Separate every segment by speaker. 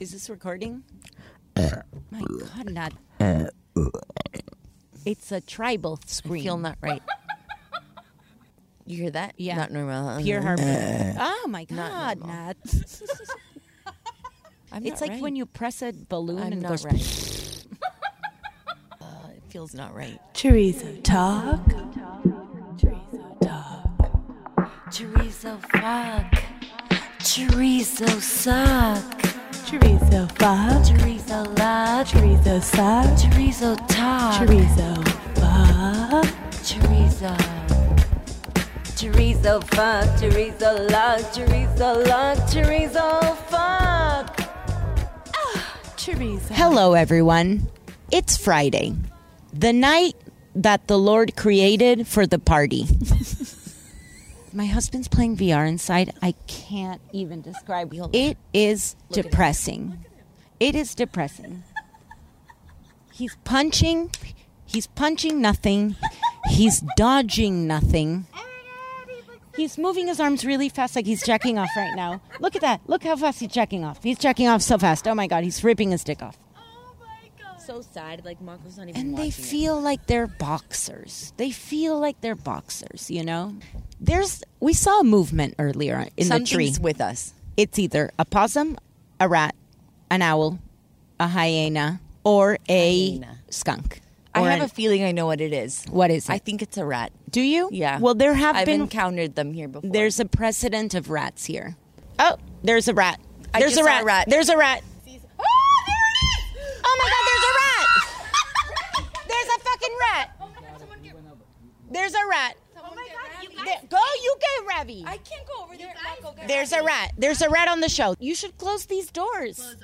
Speaker 1: Is this recording? My God, not.
Speaker 2: It's a tribal scream.
Speaker 1: I feel not right.
Speaker 2: You hear that?
Speaker 1: Yeah.
Speaker 2: Not normal. Uh,
Speaker 1: Pure harmony. oh my God,
Speaker 2: Not normal.
Speaker 1: not.
Speaker 2: I'm
Speaker 1: It's
Speaker 2: not
Speaker 1: like
Speaker 2: right.
Speaker 1: when you press a balloon
Speaker 2: I'm
Speaker 1: and it
Speaker 2: not
Speaker 1: goes.
Speaker 2: right. uh, it feels not right.
Speaker 3: Chorizo talk. Chorizo talk.
Speaker 4: Chorizo fuck. Chorizo suck.
Speaker 3: Chorizo fuck.
Speaker 4: Chorizo love.
Speaker 3: Chorizo suck.
Speaker 4: Chorizo talk.
Speaker 3: Chorizo fuck.
Speaker 4: Chorizo. Chorizo fuck. Chorizo love. Chorizo love. Chorizo fuck.
Speaker 3: Ah, Chorizo.
Speaker 1: Hello, everyone. It's Friday, the night that the Lord created for the party. My husband's playing VR inside. I can't even describe. It is depressing. It is depressing. He's punching. He's punching nothing. He's dodging nothing. He's moving his arms really fast, like he's jacking off right now. Look at that. Look how fast he's jacking off. He's jacking off so fast. Oh my God, he's ripping his dick off.
Speaker 2: So sad. Like Marco's not even.
Speaker 1: And they feel like they're boxers. They feel like they're boxers, you know? There's, we saw a movement earlier in the tree.
Speaker 2: something's with us.
Speaker 1: it's either a possum, a rat, an owl, a hyena, or a
Speaker 2: Hyena.
Speaker 1: skunk.
Speaker 2: I
Speaker 1: Or
Speaker 2: have
Speaker 1: an-
Speaker 2: a feeling I know what it is.
Speaker 1: What is
Speaker 2: I
Speaker 1: it?
Speaker 2: think it's a rat.
Speaker 1: Do you?
Speaker 2: Yeah.
Speaker 1: Well, there have
Speaker 2: I've
Speaker 1: been
Speaker 2: encountered them here before.
Speaker 1: There's a precedent of rats here. Oh, there's a rat.
Speaker 2: I
Speaker 1: There's
Speaker 2: just
Speaker 1: a
Speaker 2: saw
Speaker 1: rat.
Speaker 2: a rat.
Speaker 1: There's a rat. Oh my god, there's a rat. There's a fucking rat. There's a rat. There- go, Oh you get Ravi. I can't go over there. There's a rat. There's a rat on the show. You should close these doors.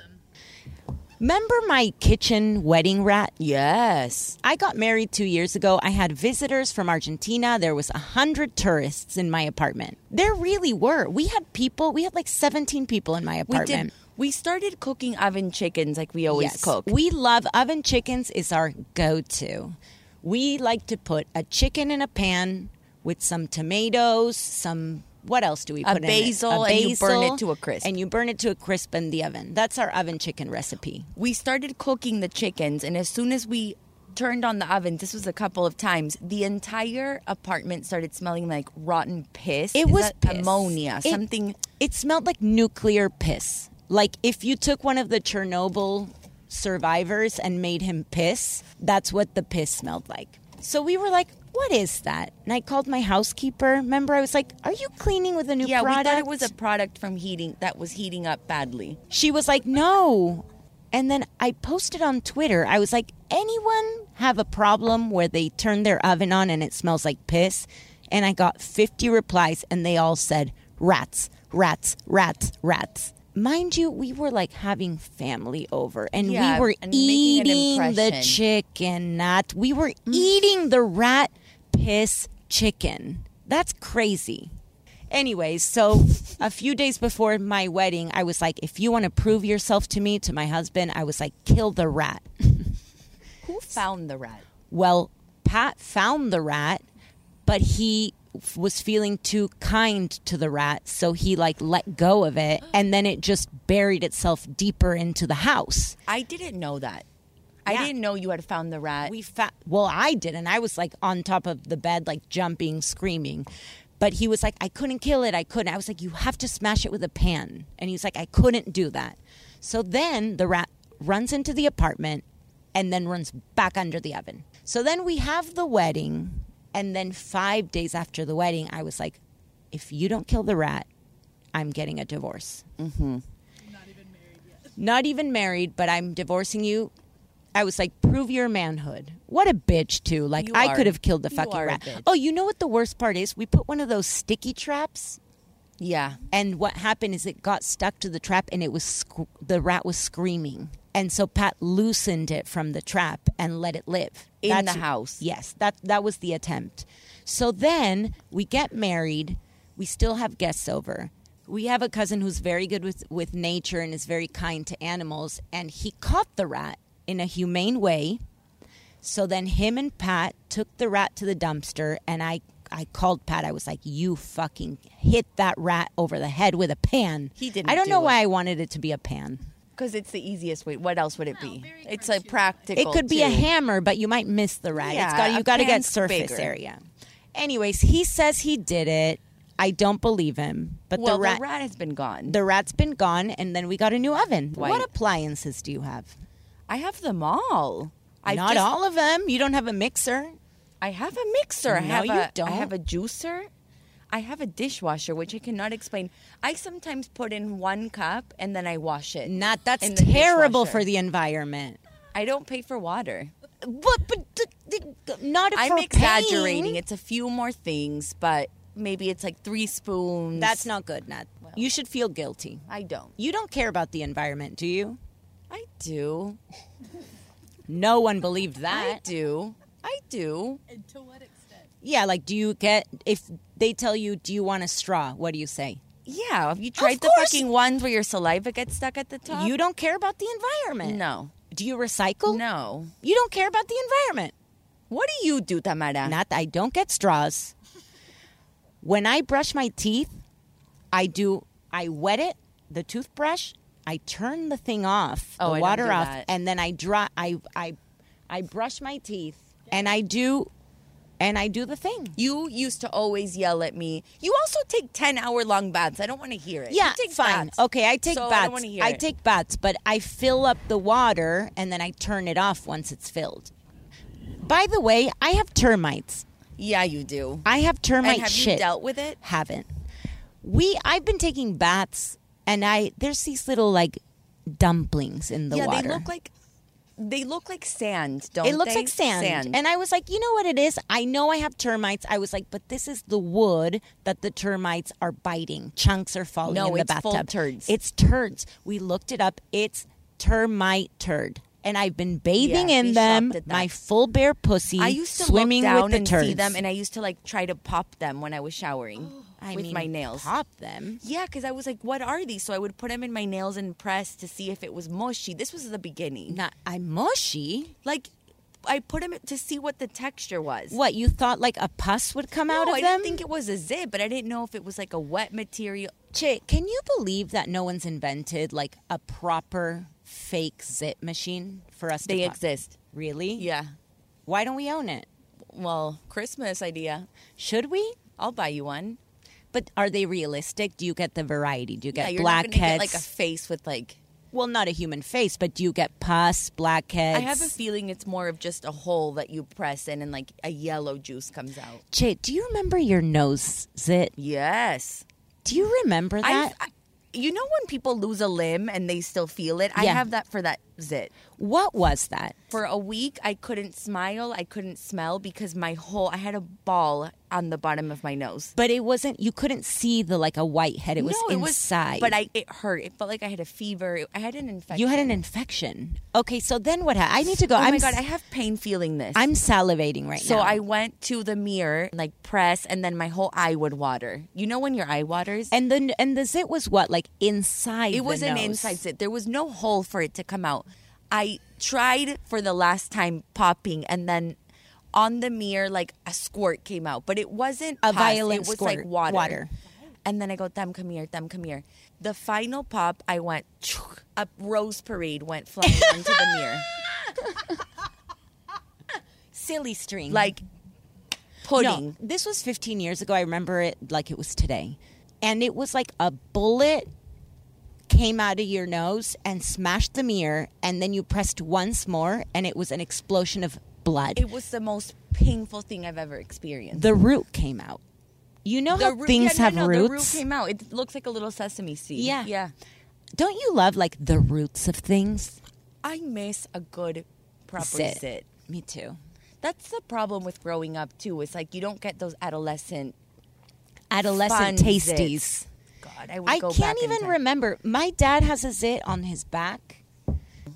Speaker 1: Remember my kitchen wedding rat?
Speaker 2: yes.
Speaker 1: I got married two years ago. I had visitors from Argentina. There was a hundred tourists in my apartment. There really were. We had people. We had like seventeen people in my
Speaker 2: We
Speaker 1: apartment.
Speaker 2: did. We started cooking oven chickens like we always
Speaker 1: Yes.
Speaker 2: cook.
Speaker 1: We love oven chickens is our go-to. We like to put a chicken in a pan with some tomatoes, some what else do we
Speaker 2: A
Speaker 1: put
Speaker 2: basil,
Speaker 1: in it?
Speaker 2: and you burn it to a crisp.
Speaker 1: And you burn it to a crisp in the oven. That's our oven chicken recipe.
Speaker 2: we started cooking the chickens, and as soon as we turned on the oven, this was a couple of times, the entire apartment started smelling like rotten piss.
Speaker 1: It
Speaker 2: Is
Speaker 1: was
Speaker 2: that
Speaker 1: piss.
Speaker 2: ammonia,
Speaker 1: It-
Speaker 2: something.
Speaker 1: It smelled like nuclear piss. Like if you took one of the Chernobyl survivors and made him piss, that's what the piss smelled like. So we were like, what is that? And I called my housekeeper. Remember, I was like, are you cleaning with a new
Speaker 2: Yeah,
Speaker 1: product?
Speaker 2: we thought it was a product from heating that was heating up badly.
Speaker 1: she was like, no. And then I posted on Twitter, I was like, anyone have a problem where they turn their oven on and it smells like piss? And I got 50 replies and they all said, rats, rats, rats, rats. Mind you, we were like having family over and
Speaker 2: Yeah,
Speaker 1: we were
Speaker 2: and making an
Speaker 1: eating the
Speaker 2: impression. Mm.
Speaker 1: chicken, not we were eating the rat piss chicken. That's crazy. Anyways, so a few days before my wedding, I was like, if you want to prove yourself to me, to my husband, I was like, kill the rat.
Speaker 2: Who found the rat?
Speaker 1: Well, Pat found the rat, but he f- was feeling too kind to the rat, so he like let go of it and then it just buried itself deeper into the house.
Speaker 2: I didn't know that.
Speaker 1: Yeah.
Speaker 2: I didn't know you had found the rat.
Speaker 1: We fa- well, I did, and I was like on top of the bed, like jumping, screaming. But he was like, I couldn't kill it. I couldn't. I was like, you have to smash it with a pan. And he's like, I couldn't do that. So then the rat runs into the apartment and then runs back under the oven. So then we have the wedding. And then five days after the wedding, I was like, if you don't kill the rat, I'm getting a divorce. Mm-hmm. Not even married yet. Not even married, but I'm divorcing you I was like, prove your manhood. What a bitch, too. Like,
Speaker 2: You
Speaker 1: I
Speaker 2: are-
Speaker 1: could have killed the
Speaker 2: you
Speaker 1: fucking
Speaker 2: are a
Speaker 1: rat.
Speaker 2: bitch.
Speaker 1: Oh, you know what the worst part is? We put one of those sticky traps,
Speaker 2: yeah.
Speaker 1: and what happened is it got stuck to the trap, and it was sc- the rat was screaming. And so Pat loosened it from the trap and let it live
Speaker 2: In the house.
Speaker 1: Yes, that that was the attempt. So then we get married. We still have guests over. We have a cousin who's very good with, with nature and is very kind to animals, and he caught the rat in a humane way. So then him and Pat took the rat to the dumpster, and I, I called Pat. I was like, You fucking hit that rat over the head with a pan.
Speaker 2: He didn't
Speaker 1: I don't
Speaker 2: do
Speaker 1: know
Speaker 2: it.
Speaker 1: why I wanted it to be a pan.
Speaker 2: because it's the easiest way. What else would it be? It's like practical.
Speaker 1: It could be a
Speaker 2: too.
Speaker 1: hammer, but you might miss the ride.
Speaker 2: Yeah,
Speaker 1: it's got
Speaker 2: a
Speaker 1: you got to get
Speaker 2: pan's
Speaker 1: surface
Speaker 2: bigger.
Speaker 1: area. Anyways, he says he did it. I don't believe him, but
Speaker 2: Well,
Speaker 1: the rat
Speaker 2: the rat has been gone.
Speaker 1: the rat's been gone, and then we got a new oven. What
Speaker 2: White.
Speaker 1: appliances do you have?
Speaker 2: I have them all. I've
Speaker 1: Not
Speaker 2: just-
Speaker 1: all of them. You don't have a mixer.
Speaker 2: I have a mixer. I
Speaker 1: No,
Speaker 2: have
Speaker 1: you
Speaker 2: a,
Speaker 1: don't.
Speaker 2: I have a juicer. I have a dishwasher, which I cannot explain. I sometimes put in one cup and then I wash it.
Speaker 1: Not that's
Speaker 2: in the
Speaker 1: terrible
Speaker 2: dishwasher.
Speaker 1: for the environment.
Speaker 2: I don't pay for water.
Speaker 1: But but d- d- not
Speaker 2: I'm
Speaker 1: for
Speaker 2: exaggerating.
Speaker 1: paying.
Speaker 2: It's a few more things, but maybe it's like three spoons.
Speaker 1: That's not good, Nat. you should feel guilty.
Speaker 2: I don't.
Speaker 1: You don't care about the environment, do you?
Speaker 2: I do.
Speaker 1: No one believed
Speaker 2: I
Speaker 1: that.
Speaker 2: do. I do.
Speaker 1: Yeah, like do you get if they tell you do you want a straw? What do you say?
Speaker 2: Yeah. Have you tried the
Speaker 1: course.
Speaker 2: fucking ones where your saliva gets stuck at the top?
Speaker 1: You don't care about the environment.
Speaker 2: No.
Speaker 1: Do you recycle?
Speaker 2: No.
Speaker 1: You don't care about the environment.
Speaker 2: What do you do, Tamara?
Speaker 1: Not I don't get straws. When I brush my teeth, I do I wet it, the toothbrush, I turn the thing off,
Speaker 2: Oh,
Speaker 1: the
Speaker 2: I don't
Speaker 1: water
Speaker 2: do
Speaker 1: off,
Speaker 2: that.
Speaker 1: and then I dry I I I brush my teeth and I do and I do the thing.
Speaker 2: You used to always yell at me. You also take 10 hour long baths. I don't want to hear it.
Speaker 1: Yeah,
Speaker 2: you take
Speaker 1: fine.
Speaker 2: baths.
Speaker 1: Okay, I take
Speaker 2: So I don't
Speaker 1: baths.
Speaker 2: want to hear it.
Speaker 1: take baths, but I fill up the water and then I turn it off once it's filled. By the way, I have termites.
Speaker 2: Yeah, you do.
Speaker 1: I have termite
Speaker 2: and have
Speaker 1: shit.
Speaker 2: you dealt with it?
Speaker 1: Haven't. We I've been taking baths and I there's these little like dumplings in the
Speaker 2: yeah,
Speaker 1: water.
Speaker 2: they look like they look like sand, don't
Speaker 1: it looks
Speaker 2: they?
Speaker 1: like sand.
Speaker 2: Sand.
Speaker 1: And I was like, you know what it is? I know I have termites. I was like, but this is the wood that the termites are biting. Chunks are falling
Speaker 2: No,
Speaker 1: in the
Speaker 2: it's full
Speaker 1: bathtub.
Speaker 2: turds.
Speaker 1: It's turds. We looked it up. It's termite turd. And I've been bathing
Speaker 2: Yeah,
Speaker 1: in
Speaker 2: we
Speaker 1: them,
Speaker 2: shopped at that.
Speaker 1: my full bare pussy,
Speaker 2: I used to
Speaker 1: swimming
Speaker 2: look down
Speaker 1: with the
Speaker 2: and
Speaker 1: turds.
Speaker 2: see them, and I used to like try to pop them when I was showering
Speaker 1: I
Speaker 2: with
Speaker 1: mean,
Speaker 2: my nails.
Speaker 1: Pop them.
Speaker 2: Yeah, because I was like, "What are these?" So I would put them in my nails and press to see if it was mushy. This was the beginning.
Speaker 1: Not, I'm mushy.
Speaker 2: Like, I put them to see what the texture was.
Speaker 1: What, you thought like a pus would come out
Speaker 2: No,
Speaker 1: of
Speaker 2: I
Speaker 1: them?
Speaker 2: didn't think it was a zit, but I didn't know if it was like a wet material.
Speaker 1: Chick, can you believe that no one's invented like a proper fake zip machine for us
Speaker 2: They
Speaker 1: to pop-
Speaker 2: exist.
Speaker 1: Really?
Speaker 2: Yeah.
Speaker 1: Why don't we own it?
Speaker 2: Well, Christmas idea.
Speaker 1: Should we?
Speaker 2: I'll buy you one.
Speaker 1: But are they realistic? Do you get the variety? Do you
Speaker 2: yeah,
Speaker 1: get
Speaker 2: you're not
Speaker 1: blackheads?
Speaker 2: gonna get like a face with like.
Speaker 1: well, not a human face, but do you get pus, blackheads?
Speaker 2: I have a feeling it's more of just a hole that you press in and like a yellow juice comes out.
Speaker 1: Chick, do you remember your nose zit?
Speaker 2: Yes.
Speaker 1: Do you remember that?
Speaker 2: I, I you know when people lose a limb and they still feel it? I
Speaker 1: Yeah.
Speaker 2: have that for that zit.
Speaker 1: what was that?
Speaker 2: For a week I couldn't smile, I couldn't smell because my whole I had a ball on the bottom of my nose.
Speaker 1: But it wasn't. You couldn't see the like a white head. It was
Speaker 2: no, it
Speaker 1: inside.
Speaker 2: was but I it hurt. It felt like I had a fever. It- I had an infection.
Speaker 1: You had an infection. Okay, so then what happened? I need to go.
Speaker 2: Oh
Speaker 1: I'm
Speaker 2: my god,
Speaker 1: s-
Speaker 2: I have pain feeling this.
Speaker 1: I'm salivating right
Speaker 2: so
Speaker 1: now.
Speaker 2: I went to the mirror, like press, and then my whole eye would water. You know when your eye waters?
Speaker 1: and then and the zit was what like inside.
Speaker 2: it was
Speaker 1: the
Speaker 2: an
Speaker 1: nose.
Speaker 2: inside zit. There was no hole for it to come out. I tried for the last time popping, and then on the mirror, like a squirt came out, but it wasn't
Speaker 1: A
Speaker 2: pus,
Speaker 1: violent
Speaker 2: It was
Speaker 1: squirt.
Speaker 2: like water.
Speaker 1: Water.
Speaker 2: And then I go, "Damn, come here, damn, come here." The final pop, I went. A rose parade went flying onto the mirror,
Speaker 1: silly string.
Speaker 2: like pudding.
Speaker 1: no, this was 15 years ago. I remember it like it was today, and it was like a bullet came out of your nose and smashed the mirror, and then you pressed once more, and it was an explosion of blood.
Speaker 2: It was the most painful thing I've ever experienced.
Speaker 1: the root came out. You know how
Speaker 2: root-
Speaker 1: things
Speaker 2: yeah,
Speaker 1: have
Speaker 2: no, no,
Speaker 1: roots.
Speaker 2: The root came out. It looks like a little sesame seed.
Speaker 1: Yeah.
Speaker 2: yeah.
Speaker 1: Don't you love like the roots of things?
Speaker 2: I miss a good proper
Speaker 1: Sit.
Speaker 2: sit.
Speaker 1: Me too.
Speaker 2: That's the problem with growing up too. It's like you don't get those adolescent.
Speaker 1: Adolescent
Speaker 2: Fun
Speaker 1: tasties.
Speaker 2: zits. God, I would
Speaker 1: I
Speaker 2: go
Speaker 1: can't
Speaker 2: back in
Speaker 1: even
Speaker 2: time.
Speaker 1: remember. My dad has a zit on his back.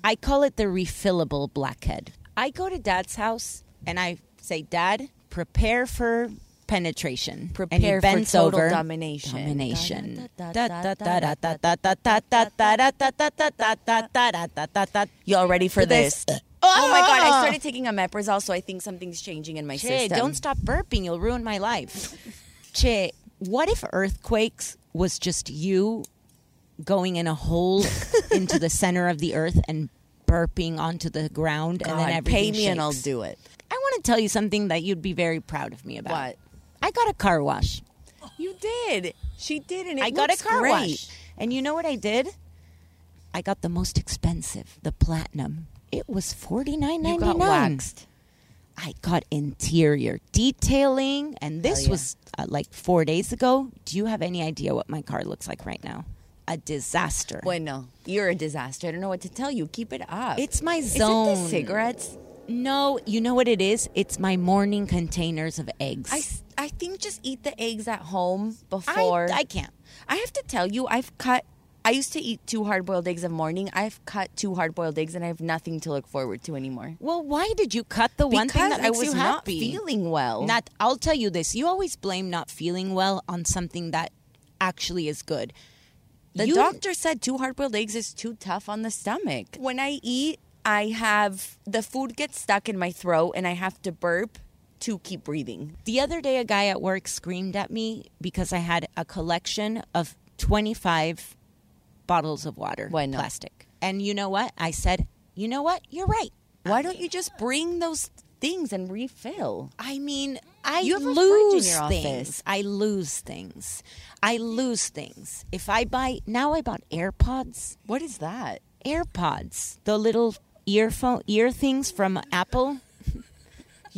Speaker 1: I call it the refillable blackhead. I go to dad's house and I say, Dad, prepare for penetration. and he
Speaker 2: Prepare for
Speaker 1: bends
Speaker 2: total
Speaker 1: over.
Speaker 2: domination.
Speaker 1: Domination.
Speaker 2: Da, da, da, da, da, da,
Speaker 1: Hey,
Speaker 2: Y'all ready for this?
Speaker 1: this. Ah!
Speaker 2: Oh my god! I started taking a Meprazole, so I think something's changing in my system.
Speaker 1: don't stop burping. You'll ruin my life. Che, what if earthquakes was just you going in a hole into the center of the earth and burping onto the ground, and then
Speaker 2: God,
Speaker 1: everything
Speaker 2: pay me and I'll
Speaker 1: shakes.
Speaker 2: do it.
Speaker 1: I want to tell you something that you'd be very proud of me about.
Speaker 2: What?
Speaker 1: I got a car wash.
Speaker 2: You did. She did, and it
Speaker 1: I got a
Speaker 2: looks
Speaker 1: car
Speaker 2: great.
Speaker 1: wash. And you know what I did? I got the most expensive, the platinum. It was forty nine
Speaker 2: You
Speaker 1: ninety
Speaker 2: got
Speaker 1: nine.
Speaker 2: waxed.
Speaker 1: I got interior detailing, and this
Speaker 2: yeah.
Speaker 1: was uh, like four days ago. Do you have any idea what my car looks like right now? A disaster.
Speaker 2: Bueno, you're a disaster. I don't know what to tell you. Keep it up.
Speaker 1: It's my
Speaker 2: Is it
Speaker 1: zone.
Speaker 2: the cigarettes?
Speaker 1: No, you know what it is? It's my morning containers of eggs.
Speaker 2: I, s- I think just eat the eggs at home
Speaker 1: I,
Speaker 2: before.
Speaker 1: I can't.
Speaker 2: I have to tell you, I've cut. I used to eat two hard boiled eggs a morning. I've cut two hard boiled eggs, and I have nothing to look forward to anymore.
Speaker 1: Well, why did you cut the one thing
Speaker 2: because
Speaker 1: that
Speaker 2: I
Speaker 1: makes
Speaker 2: was
Speaker 1: you
Speaker 2: not
Speaker 1: happy?
Speaker 2: feeling well.
Speaker 1: Not. I'll tell you this. You always blame not feeling well on something that actually is good.
Speaker 2: The
Speaker 1: You-
Speaker 2: doctor said two hard boiled eggs is too tough on the stomach. When I eat, I have the food gets stuck in my throat and I have to burp to keep breathing.
Speaker 1: The other day, a guy at work screamed at me because I had a collection of 25 bottles of water,
Speaker 2: Bueno.
Speaker 1: plastic. And you know what? I said, you know what? You're right.
Speaker 2: Why don't you just bring those things and refill?
Speaker 1: I mean, I
Speaker 2: You have a fridge in
Speaker 1: lose
Speaker 2: your office.
Speaker 1: things. I lose things. I lose things. If I buy now, I bought AirPods.
Speaker 2: What is that?
Speaker 1: AirPods, the little earphone ear things from Apple.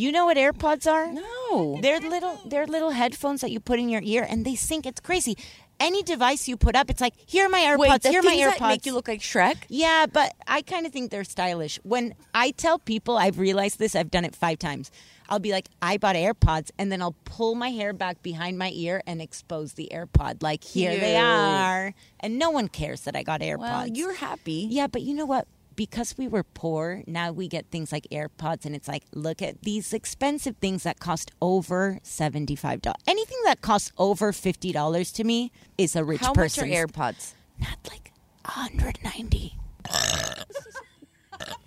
Speaker 1: You know what AirPods are?
Speaker 2: No.
Speaker 1: They're little they're little headphones that you put in your ear and they sync. It's crazy. Any device you put up, it's like, here are my
Speaker 2: Wait,
Speaker 1: AirPods,
Speaker 2: the
Speaker 1: here are my
Speaker 2: things
Speaker 1: AirPods.
Speaker 2: that make you look like Shrek?
Speaker 1: yeah, but I kind of think they're stylish. When I tell people, I've realized this, I've done it five times. I'll be like, I bought AirPods, and then I'll pull my hair back behind my ear and expose the AirPod. Like, here they
Speaker 2: Cute.
Speaker 1: are. And no one cares that I got AirPods.
Speaker 2: Well, Um, you're happy.
Speaker 1: Yeah, but you know what? Because we were poor, now we get things like AirPods, and it's like, look at these expensive things that cost over seventy-five dollars. Anything that costs over fifty dollars to me is a rich
Speaker 2: How much are
Speaker 1: person.
Speaker 2: AirPods?
Speaker 1: Not like hundred ninety.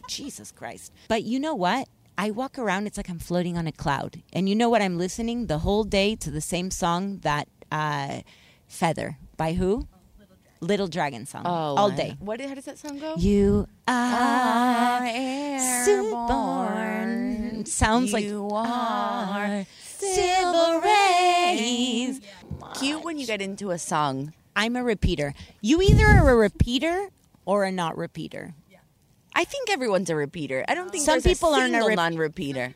Speaker 1: Jesus Christ! But you know what? I walk around; it's like I'm floating on a cloud. And you know what? I'm listening the whole day to the same song that uh, "Feather" by who? Little Dragon song all
Speaker 2: I-
Speaker 1: day.
Speaker 2: What? How does that song go?
Speaker 1: You are
Speaker 2: are
Speaker 1: Silborn. Sounds like
Speaker 2: You are
Speaker 1: silver rays.
Speaker 2: cute when you get into a song.
Speaker 1: I'm a repeater. You either are a repeater or a not repeater.
Speaker 2: I think everyone's a repeater. I don't think
Speaker 1: Some
Speaker 2: there's
Speaker 1: people
Speaker 2: a
Speaker 1: aren't a
Speaker 2: single
Speaker 1: rep-
Speaker 2: non-repeater.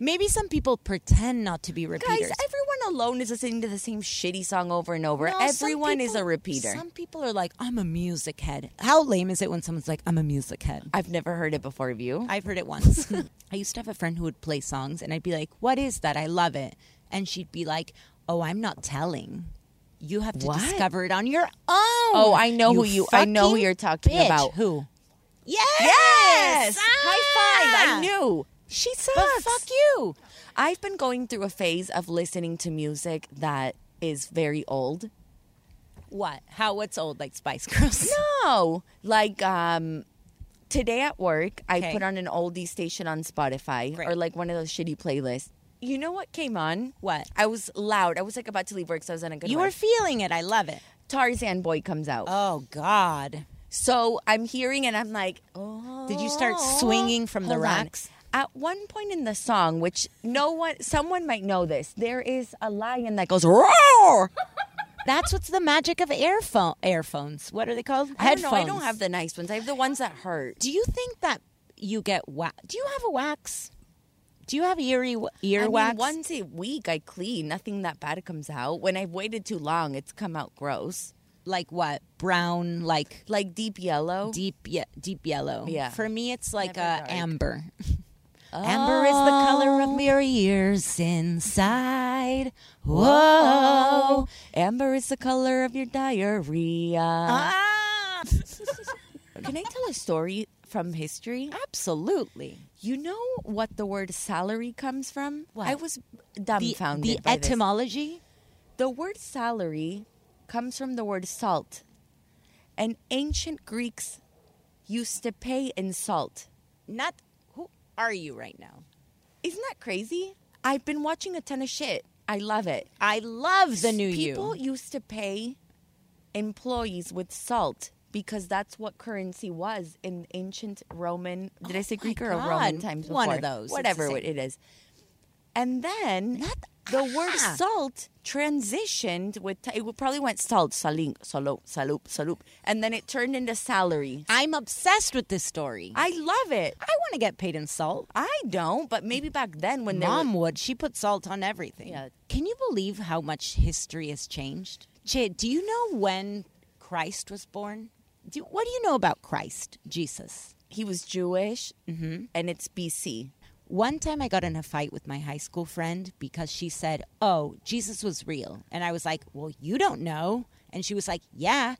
Speaker 1: Maybe some people pretend not to be
Speaker 2: Guys,
Speaker 1: repeaters.
Speaker 2: everyone alone is listening to the same shitty song over and over.
Speaker 1: No, some
Speaker 2: everyone is
Speaker 1: people-
Speaker 2: a repeater.
Speaker 1: Some people are like, I'm a music head. How lame is it when someone's like, I'm a music head?
Speaker 2: I've never heard it before of you.
Speaker 1: I've heard it once. I used to have a friend who would play songs, and I'd be like, "What is that? I love it," and she'd be like, "Oh, I'm not telling. You have to
Speaker 2: What?
Speaker 1: discover it on your own."
Speaker 2: Oh, I know who you- I know who
Speaker 1: fucking
Speaker 2: you're talking
Speaker 1: bitch.
Speaker 2: about.
Speaker 1: Who? Yes.
Speaker 2: yes!
Speaker 1: Ah!
Speaker 2: High five! I knew. She sucks.
Speaker 1: But fuck you.
Speaker 2: I've been going through a phase of listening to music that is very old.
Speaker 1: What? How? What's old? Like Spice Girls?
Speaker 2: No, like um, today at work, I
Speaker 1: Okay.
Speaker 2: put on an oldie station on Spotify
Speaker 1: Great.
Speaker 2: or like one of those shitty playlists. You know what came on?
Speaker 1: What?
Speaker 2: I was loud. I was like about to leave work, so I was on a good.
Speaker 1: You
Speaker 2: run.
Speaker 1: were feeling it. I love it.
Speaker 2: Tarzan Boy comes out.
Speaker 1: Oh God.
Speaker 2: So I'm hearing and I'm like, oh.
Speaker 1: Did you start swinging from the
Speaker 2: Hold on.
Speaker 1: rocks?
Speaker 2: At one point in the song, which no one, someone might know this, there is a lion that goes roar.
Speaker 1: That's what's the magic of airphone airphones. What are they called?
Speaker 2: I don't
Speaker 1: Headphones.
Speaker 2: know. I don't have the nice ones. I have the ones that hurt.
Speaker 1: Do you think that you get wax? Do you have a wax? Do you have eerie w- ear
Speaker 2: I mean,
Speaker 1: wax?
Speaker 2: once a week I clean. Nothing that bad comes out. When I've waited too long, it's come out gross,
Speaker 1: like what brown, like
Speaker 2: like deep yellow.
Speaker 1: deep, ye- deep yellow.
Speaker 2: Oh. Yeah.
Speaker 1: For me, it's like
Speaker 2: Never
Speaker 1: uh,
Speaker 2: dark. Oh.
Speaker 1: amber. Amber is the color of your ears inside. Whoa.
Speaker 2: Oh, amber is the color of your diarrhea.
Speaker 1: Ah.
Speaker 2: Uh, Can I tell a story from history?
Speaker 1: Absolutely.
Speaker 2: You know what the word salary comes from?
Speaker 1: What?
Speaker 2: I was
Speaker 1: The,
Speaker 2: dumbfounded.
Speaker 1: the
Speaker 2: by this.
Speaker 1: etymology.
Speaker 2: The word salary comes from the word salt. And ancient Greeks used to pay in salt.
Speaker 1: Not who are you right now?
Speaker 2: Isn't that crazy? I've been watching a ton of shit. I love it.
Speaker 1: I love the new
Speaker 2: People
Speaker 1: you.
Speaker 2: used to pay employees with salt because that's what currency was in ancient Roman. Did I say
Speaker 1: Oh my
Speaker 2: Greek or
Speaker 1: God,
Speaker 2: Roman times?
Speaker 1: one of
Speaker 2: before?
Speaker 1: those. It's the
Speaker 2: whatever
Speaker 1: same.
Speaker 2: it is. And then the word
Speaker 1: ah.
Speaker 2: salt transitioned with t- it probably went salt, saling, saloop, saloop, saloop, and then it turned into salary.
Speaker 1: I'm obsessed with this story. I,
Speaker 2: I love it.
Speaker 1: want to get paid in salt.
Speaker 2: I don't, but maybe back then when they were-
Speaker 1: Mom would. She put salt on everything.
Speaker 2: Yeah.
Speaker 1: Can you believe how much history has changed? Chid, do you know when Christ was born? Do, what do you know about Christ, Jesus?
Speaker 2: he was Jewish,
Speaker 1: Mm-hmm.
Speaker 2: and it's BC.
Speaker 1: One time I got in a fight with my high school friend because she said, Oh, Jesus was real. And I was like, Well, you don't know. And she was like, Yeah,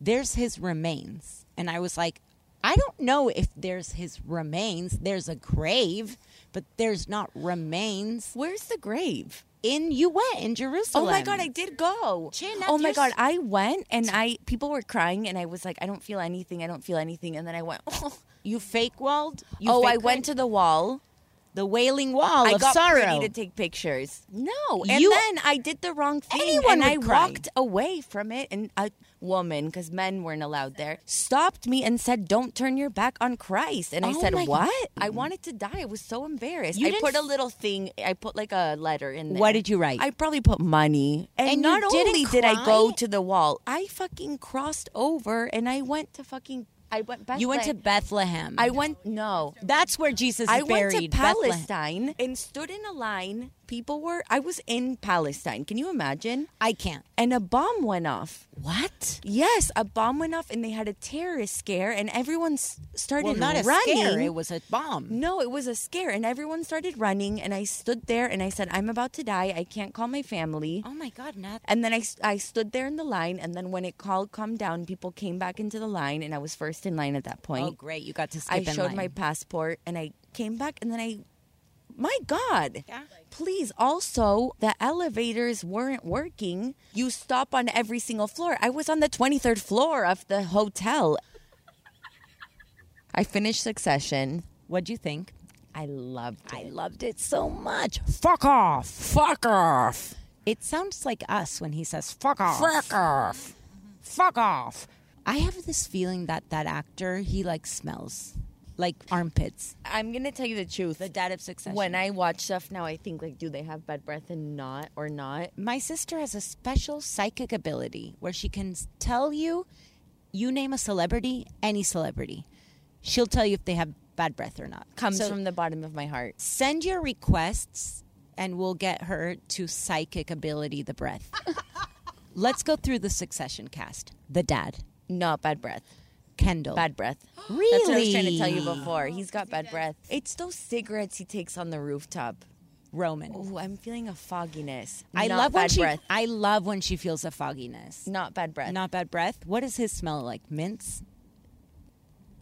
Speaker 1: there's his remains. And I was like, I don't know if there's his remains. There's a grave, but there's not remains.
Speaker 2: Where's the grave?
Speaker 1: In you went in Jerusalem.
Speaker 2: Oh my god, I did go.
Speaker 1: Chin up
Speaker 2: oh my
Speaker 1: your
Speaker 2: god,
Speaker 1: s-
Speaker 2: I went and I people were crying and I was like, I don't feel anything, I don't feel anything, and then I went. Oh,
Speaker 1: You fake walled? You
Speaker 2: oh I
Speaker 1: fake
Speaker 2: went to the wall.
Speaker 1: the Wailing Wall
Speaker 2: I
Speaker 1: of
Speaker 2: got
Speaker 1: Sorrow.
Speaker 2: pretty to take pictures. No, and
Speaker 1: You-
Speaker 2: then I did the wrong thing,
Speaker 1: Anyone
Speaker 2: and I
Speaker 1: would cry.
Speaker 2: walked away from it. And a woman, because men weren't allowed there, stopped me and said, "Don't turn your back on Christ." And I
Speaker 1: Oh
Speaker 2: said,
Speaker 1: my-
Speaker 2: "What?" I wanted to die. I was so embarrassed.
Speaker 1: You
Speaker 2: I
Speaker 1: didn't
Speaker 2: put a
Speaker 1: f-
Speaker 2: little thing. I put like a letter in there.
Speaker 1: What did you write?
Speaker 2: I probably put money. And,
Speaker 1: And you
Speaker 2: not
Speaker 1: didn't
Speaker 2: only did I go
Speaker 1: cry?
Speaker 2: to the wall, I fucking crossed over and I went to fucking. I went. Bethlehem.
Speaker 1: you went to Bethlehem.
Speaker 2: I went. No.
Speaker 1: That's where Jesus is
Speaker 2: I
Speaker 1: buried.
Speaker 2: went to
Speaker 1: Bethlehem.
Speaker 2: Palestine and stood in a line. People were. I was in Palestine. Can you imagine?
Speaker 1: I can't.
Speaker 2: And a bomb went off.
Speaker 1: What?
Speaker 2: Yes, a bomb went off, and they had a terrorist scare, and everyone s- started
Speaker 1: Well, not a
Speaker 2: running.
Speaker 1: scare. It was a bomb.
Speaker 2: No, it was a scare, and everyone started running. And I stood there, and I said, "I'm about to die. I can't call my family."
Speaker 1: Oh my God, not
Speaker 2: And then I, s- I stood there in the line, and then when it called, come down, people came back into the line, and I was first in line at that point.
Speaker 1: Oh, great. You got to skip
Speaker 2: I
Speaker 1: in
Speaker 2: showed
Speaker 1: line.
Speaker 2: my passport and I came back and then I my god.
Speaker 1: Yeah.
Speaker 2: Please also the elevators weren't working. You stop on every single floor. I was on the 23rd floor of the hotel. I finished Succession.
Speaker 1: What'd you think?
Speaker 2: I loved it.
Speaker 1: I loved it so much. Fuck off. Fuck off. It sounds like us when he says fuck off. Fuck off. Fuck off. I have this feeling that that actor, he like smells like armpits.
Speaker 2: I'm going to tell you the truth.
Speaker 1: The dad of success.
Speaker 2: when I watch stuff now, I think like, do they have bad breath and not or not?
Speaker 1: My sister has a special psychic ability where she can s- tell you, you name a celebrity, any celebrity. She'll tell you if they have bad breath or not.
Speaker 2: Comes
Speaker 1: So-
Speaker 2: from the bottom of my heart.
Speaker 1: send your requests and we'll get her to psychic ability the breath. Let's go through the succession cast. The dad,
Speaker 2: Not bad breath.
Speaker 1: Kendall.
Speaker 2: bad breath.
Speaker 1: Really?
Speaker 2: That's what I was trying to tell you before. He's got bad breath. It's those cigarettes he takes on the rooftop.
Speaker 1: Roman.
Speaker 2: Oh, I'm feeling a fogginess.
Speaker 1: I
Speaker 2: Not
Speaker 1: love
Speaker 2: bad
Speaker 1: when she
Speaker 2: breath.
Speaker 1: I love when she feels a fogginess.
Speaker 2: Not bad breath.
Speaker 1: Not bad breath. What does his smell like? Mints?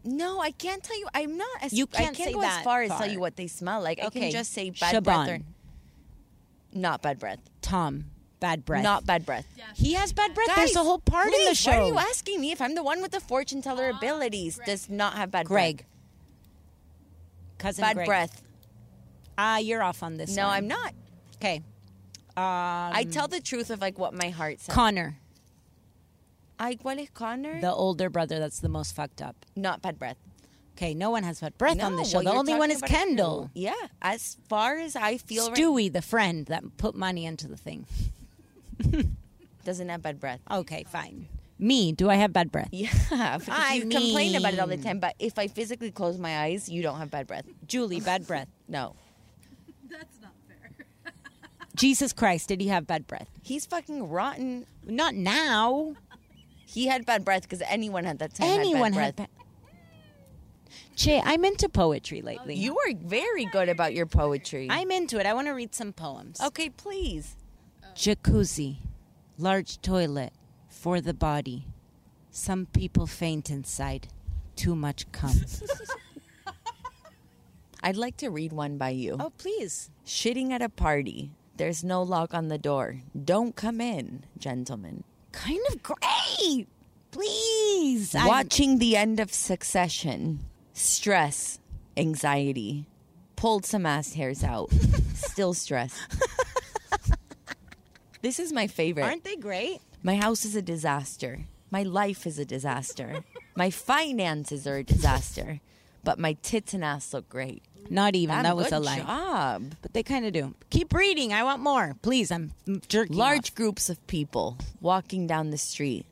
Speaker 2: No, I can't tell you. I'm not. As,
Speaker 1: You
Speaker 2: I
Speaker 1: can't
Speaker 2: can't
Speaker 1: say
Speaker 2: go as
Speaker 1: that
Speaker 2: far, as
Speaker 1: far.
Speaker 2: tell you what they smell like. I
Speaker 1: Okay,
Speaker 2: can just say bad breath
Speaker 1: Siobhan.
Speaker 2: or not bad breath.
Speaker 1: Tom. Bad breath.
Speaker 2: Not bad breath.
Speaker 1: he has bad breath.
Speaker 2: Guys,
Speaker 1: There's a whole part in the
Speaker 2: please, Why
Speaker 1: show.
Speaker 2: are you asking me if I'm the one with the fortune teller abilities? Does not have bad
Speaker 1: Greg.
Speaker 2: breath.
Speaker 1: Cousin
Speaker 2: Bad
Speaker 1: Greg.
Speaker 2: breath.
Speaker 1: Ah, you're off on this
Speaker 2: No,
Speaker 1: one.
Speaker 2: I'm not.
Speaker 1: Okay. Uh,
Speaker 2: I tell the truth of like what my heart says.
Speaker 1: Connor,
Speaker 2: I ¿cuál es Connor?
Speaker 1: the older brother that's the most fucked up.
Speaker 2: not bad breath.
Speaker 1: Okay, no one has bad breath on the
Speaker 2: No,
Speaker 1: show.
Speaker 2: well,
Speaker 1: the
Speaker 2: you're
Speaker 1: only one
Speaker 2: talking
Speaker 1: is
Speaker 2: about it too.
Speaker 1: Kendall.
Speaker 2: Yeah, as far as I feel, right,
Speaker 1: Stewie, the friend that put money into the thing.
Speaker 2: doesn't have bad breath.
Speaker 1: Okay, fine. Me, do I have bad breath?
Speaker 2: Yeah, because
Speaker 1: I
Speaker 2: you complain about it all the
Speaker 1: mean-
Speaker 2: time. But if I physically close my eyes, you don't have bad breath.
Speaker 1: Julie, bad breath.
Speaker 2: No,
Speaker 1: Jesus Christ, did he have bad breath?
Speaker 2: he's fucking rotten.
Speaker 1: Not now.
Speaker 2: He had bad breath because anyone at that time
Speaker 1: Anyone
Speaker 2: had bad
Speaker 1: had
Speaker 2: breath.
Speaker 1: bad Che, I'm into poetry lately.
Speaker 2: You were very good about your poetry.
Speaker 1: I'm into it. I want to read some poems.
Speaker 2: okay, please.
Speaker 1: Oh. Jacuzzi, large toilet for the body. Some people faint inside. Too much cum.
Speaker 2: I'd like to read one by you.
Speaker 1: oh, please.
Speaker 2: Shitting at a party. There's no lock on the door. Don't come in, gentlemen.
Speaker 1: Kind of great. Please. I'm-
Speaker 2: Watching the end of Succession, stress, anxiety, pulled some ass hairs out, still stressed. this is my favorite.
Speaker 1: Aren't they great?
Speaker 2: my house is a disaster. My life is a disaster. My finances are a disaster. But my tits and ass look great.
Speaker 1: Not even.
Speaker 2: Damn,
Speaker 1: that was
Speaker 2: good
Speaker 1: a lie.
Speaker 2: job.
Speaker 1: But they kind of do. Keep reading. I want more. Please. I'm jerking.
Speaker 2: Large
Speaker 1: off.
Speaker 2: groups of people walking down the street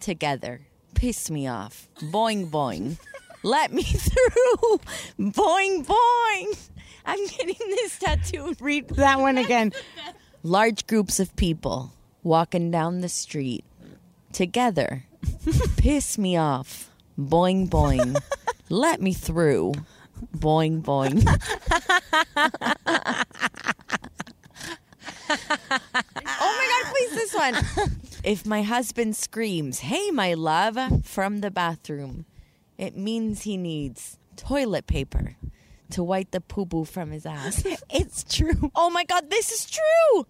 Speaker 2: together piss me off. Boing boing. Let me through. Boing boing. I'm getting this tattooed.
Speaker 1: Read that one again.
Speaker 2: Large groups of people walking down the street together piss me off. Boing boing. Let me through. Boing boing. oh my god, please this one. If my husband screams, "Hey my love," from the bathroom, it means he needs toilet paper to wipe the poo poo from his ass.
Speaker 1: It's true.
Speaker 2: Oh my god, this is true.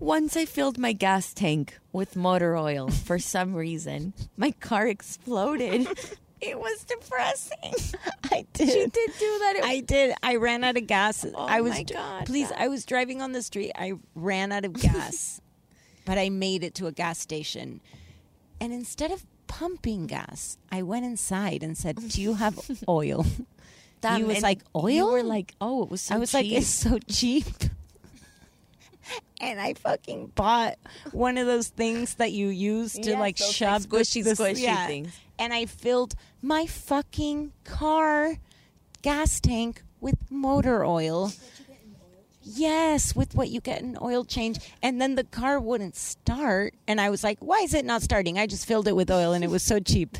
Speaker 2: Once I filled my gas tank with motor oil for some reason. My car exploded. it was depressing.
Speaker 1: I did.
Speaker 2: She did do that. It-
Speaker 1: I did. I ran out of gas. I was
Speaker 2: my God.
Speaker 1: please, I was driving on the street. I ran out of gas. but I made it to a gas station. And instead of pumping gas, I went inside and said, "Do you have oil?"
Speaker 2: Damn,
Speaker 1: you was
Speaker 2: um, and
Speaker 1: like,
Speaker 2: You
Speaker 1: "Oil?"
Speaker 2: were like, oh, it was so
Speaker 1: I was like,
Speaker 2: cheap.
Speaker 1: "It's so cheap." And I fucking bought one of those things that you use to
Speaker 2: Yes,
Speaker 1: like
Speaker 2: those, like,
Speaker 1: shove the-
Speaker 2: squishy,
Speaker 1: the-
Speaker 2: squishy things.
Speaker 1: And I filled my fucking car gas tank with motor oil. Yes, with what you get in oil change. And then the car wouldn't start. And I was like, why is it not starting? I just filled it with oil and it was so cheap.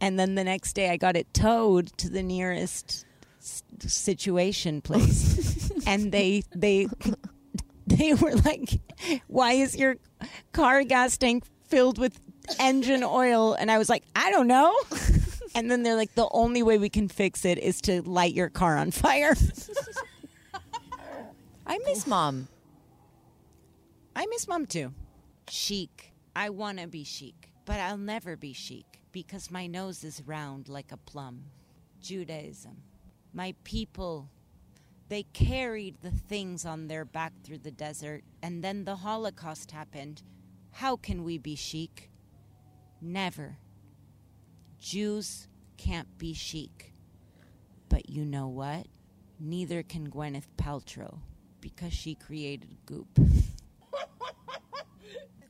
Speaker 1: And then the next day I got it towed to the nearest s- situation place. and they, they, they were like, why is your car gas tank filled with engine oil? And I was like, I don't know. And then they're like, the only way we can fix it is to light your car on fire.
Speaker 2: I miss mom.
Speaker 1: I miss mom too. Chic. I want to be chic, but I'll never be chic because my nose is round like a plum. Judaism. My people, they carried the things on their back through the desert, and then the Holocaust happened. How can we be chic? Never. Jews can't be chic. But you know what? Neither can Gwyneth Paltrow because she created Goop.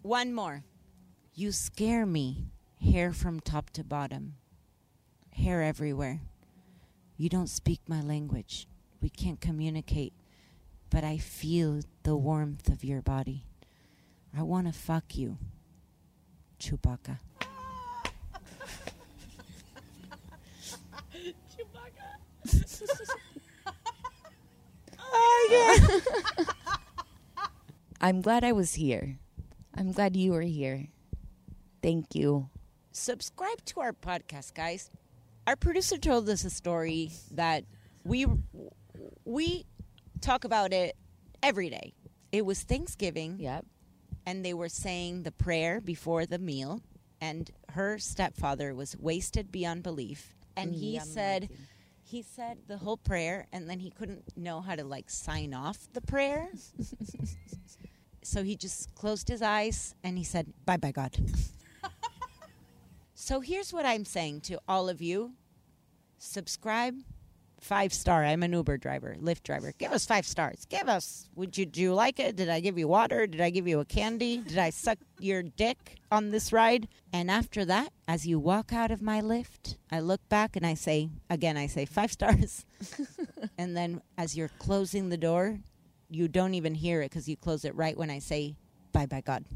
Speaker 1: One more. You scare me. Hair from top to bottom. Hair everywhere. You don't speak my language. We can't communicate. But I feel the warmth of your body. I want to fuck you. Chewbacca.
Speaker 2: I'm glad I was here. I'm glad you were here. Thank you.
Speaker 1: subscribe to our podcast, guys. Our producer told us a story that we we talk about it every day. It was Thanksgiving,
Speaker 2: Yep.
Speaker 1: and they were saying the prayer before the meal, and her stepfather was wasted beyond belief, and he said. He said the whole prayer and then he couldn't know how to like sign off the prayer. so he just closed his eyes and he said, Bye bye, God. So here's what I'm saying to all of you subscribe, five star. I'm an Uber driver, Lyft driver. Give us five stars. Give us. Would you, do you like it? Did I give you water? Did I give you a candy? Did I suck your dick on this ride? And after that, as you walk out of my Lyft, I look back and I say, again, I say five stars. and then as you're closing the door, you don't even hear it because you close it right when I say, bye bye, God.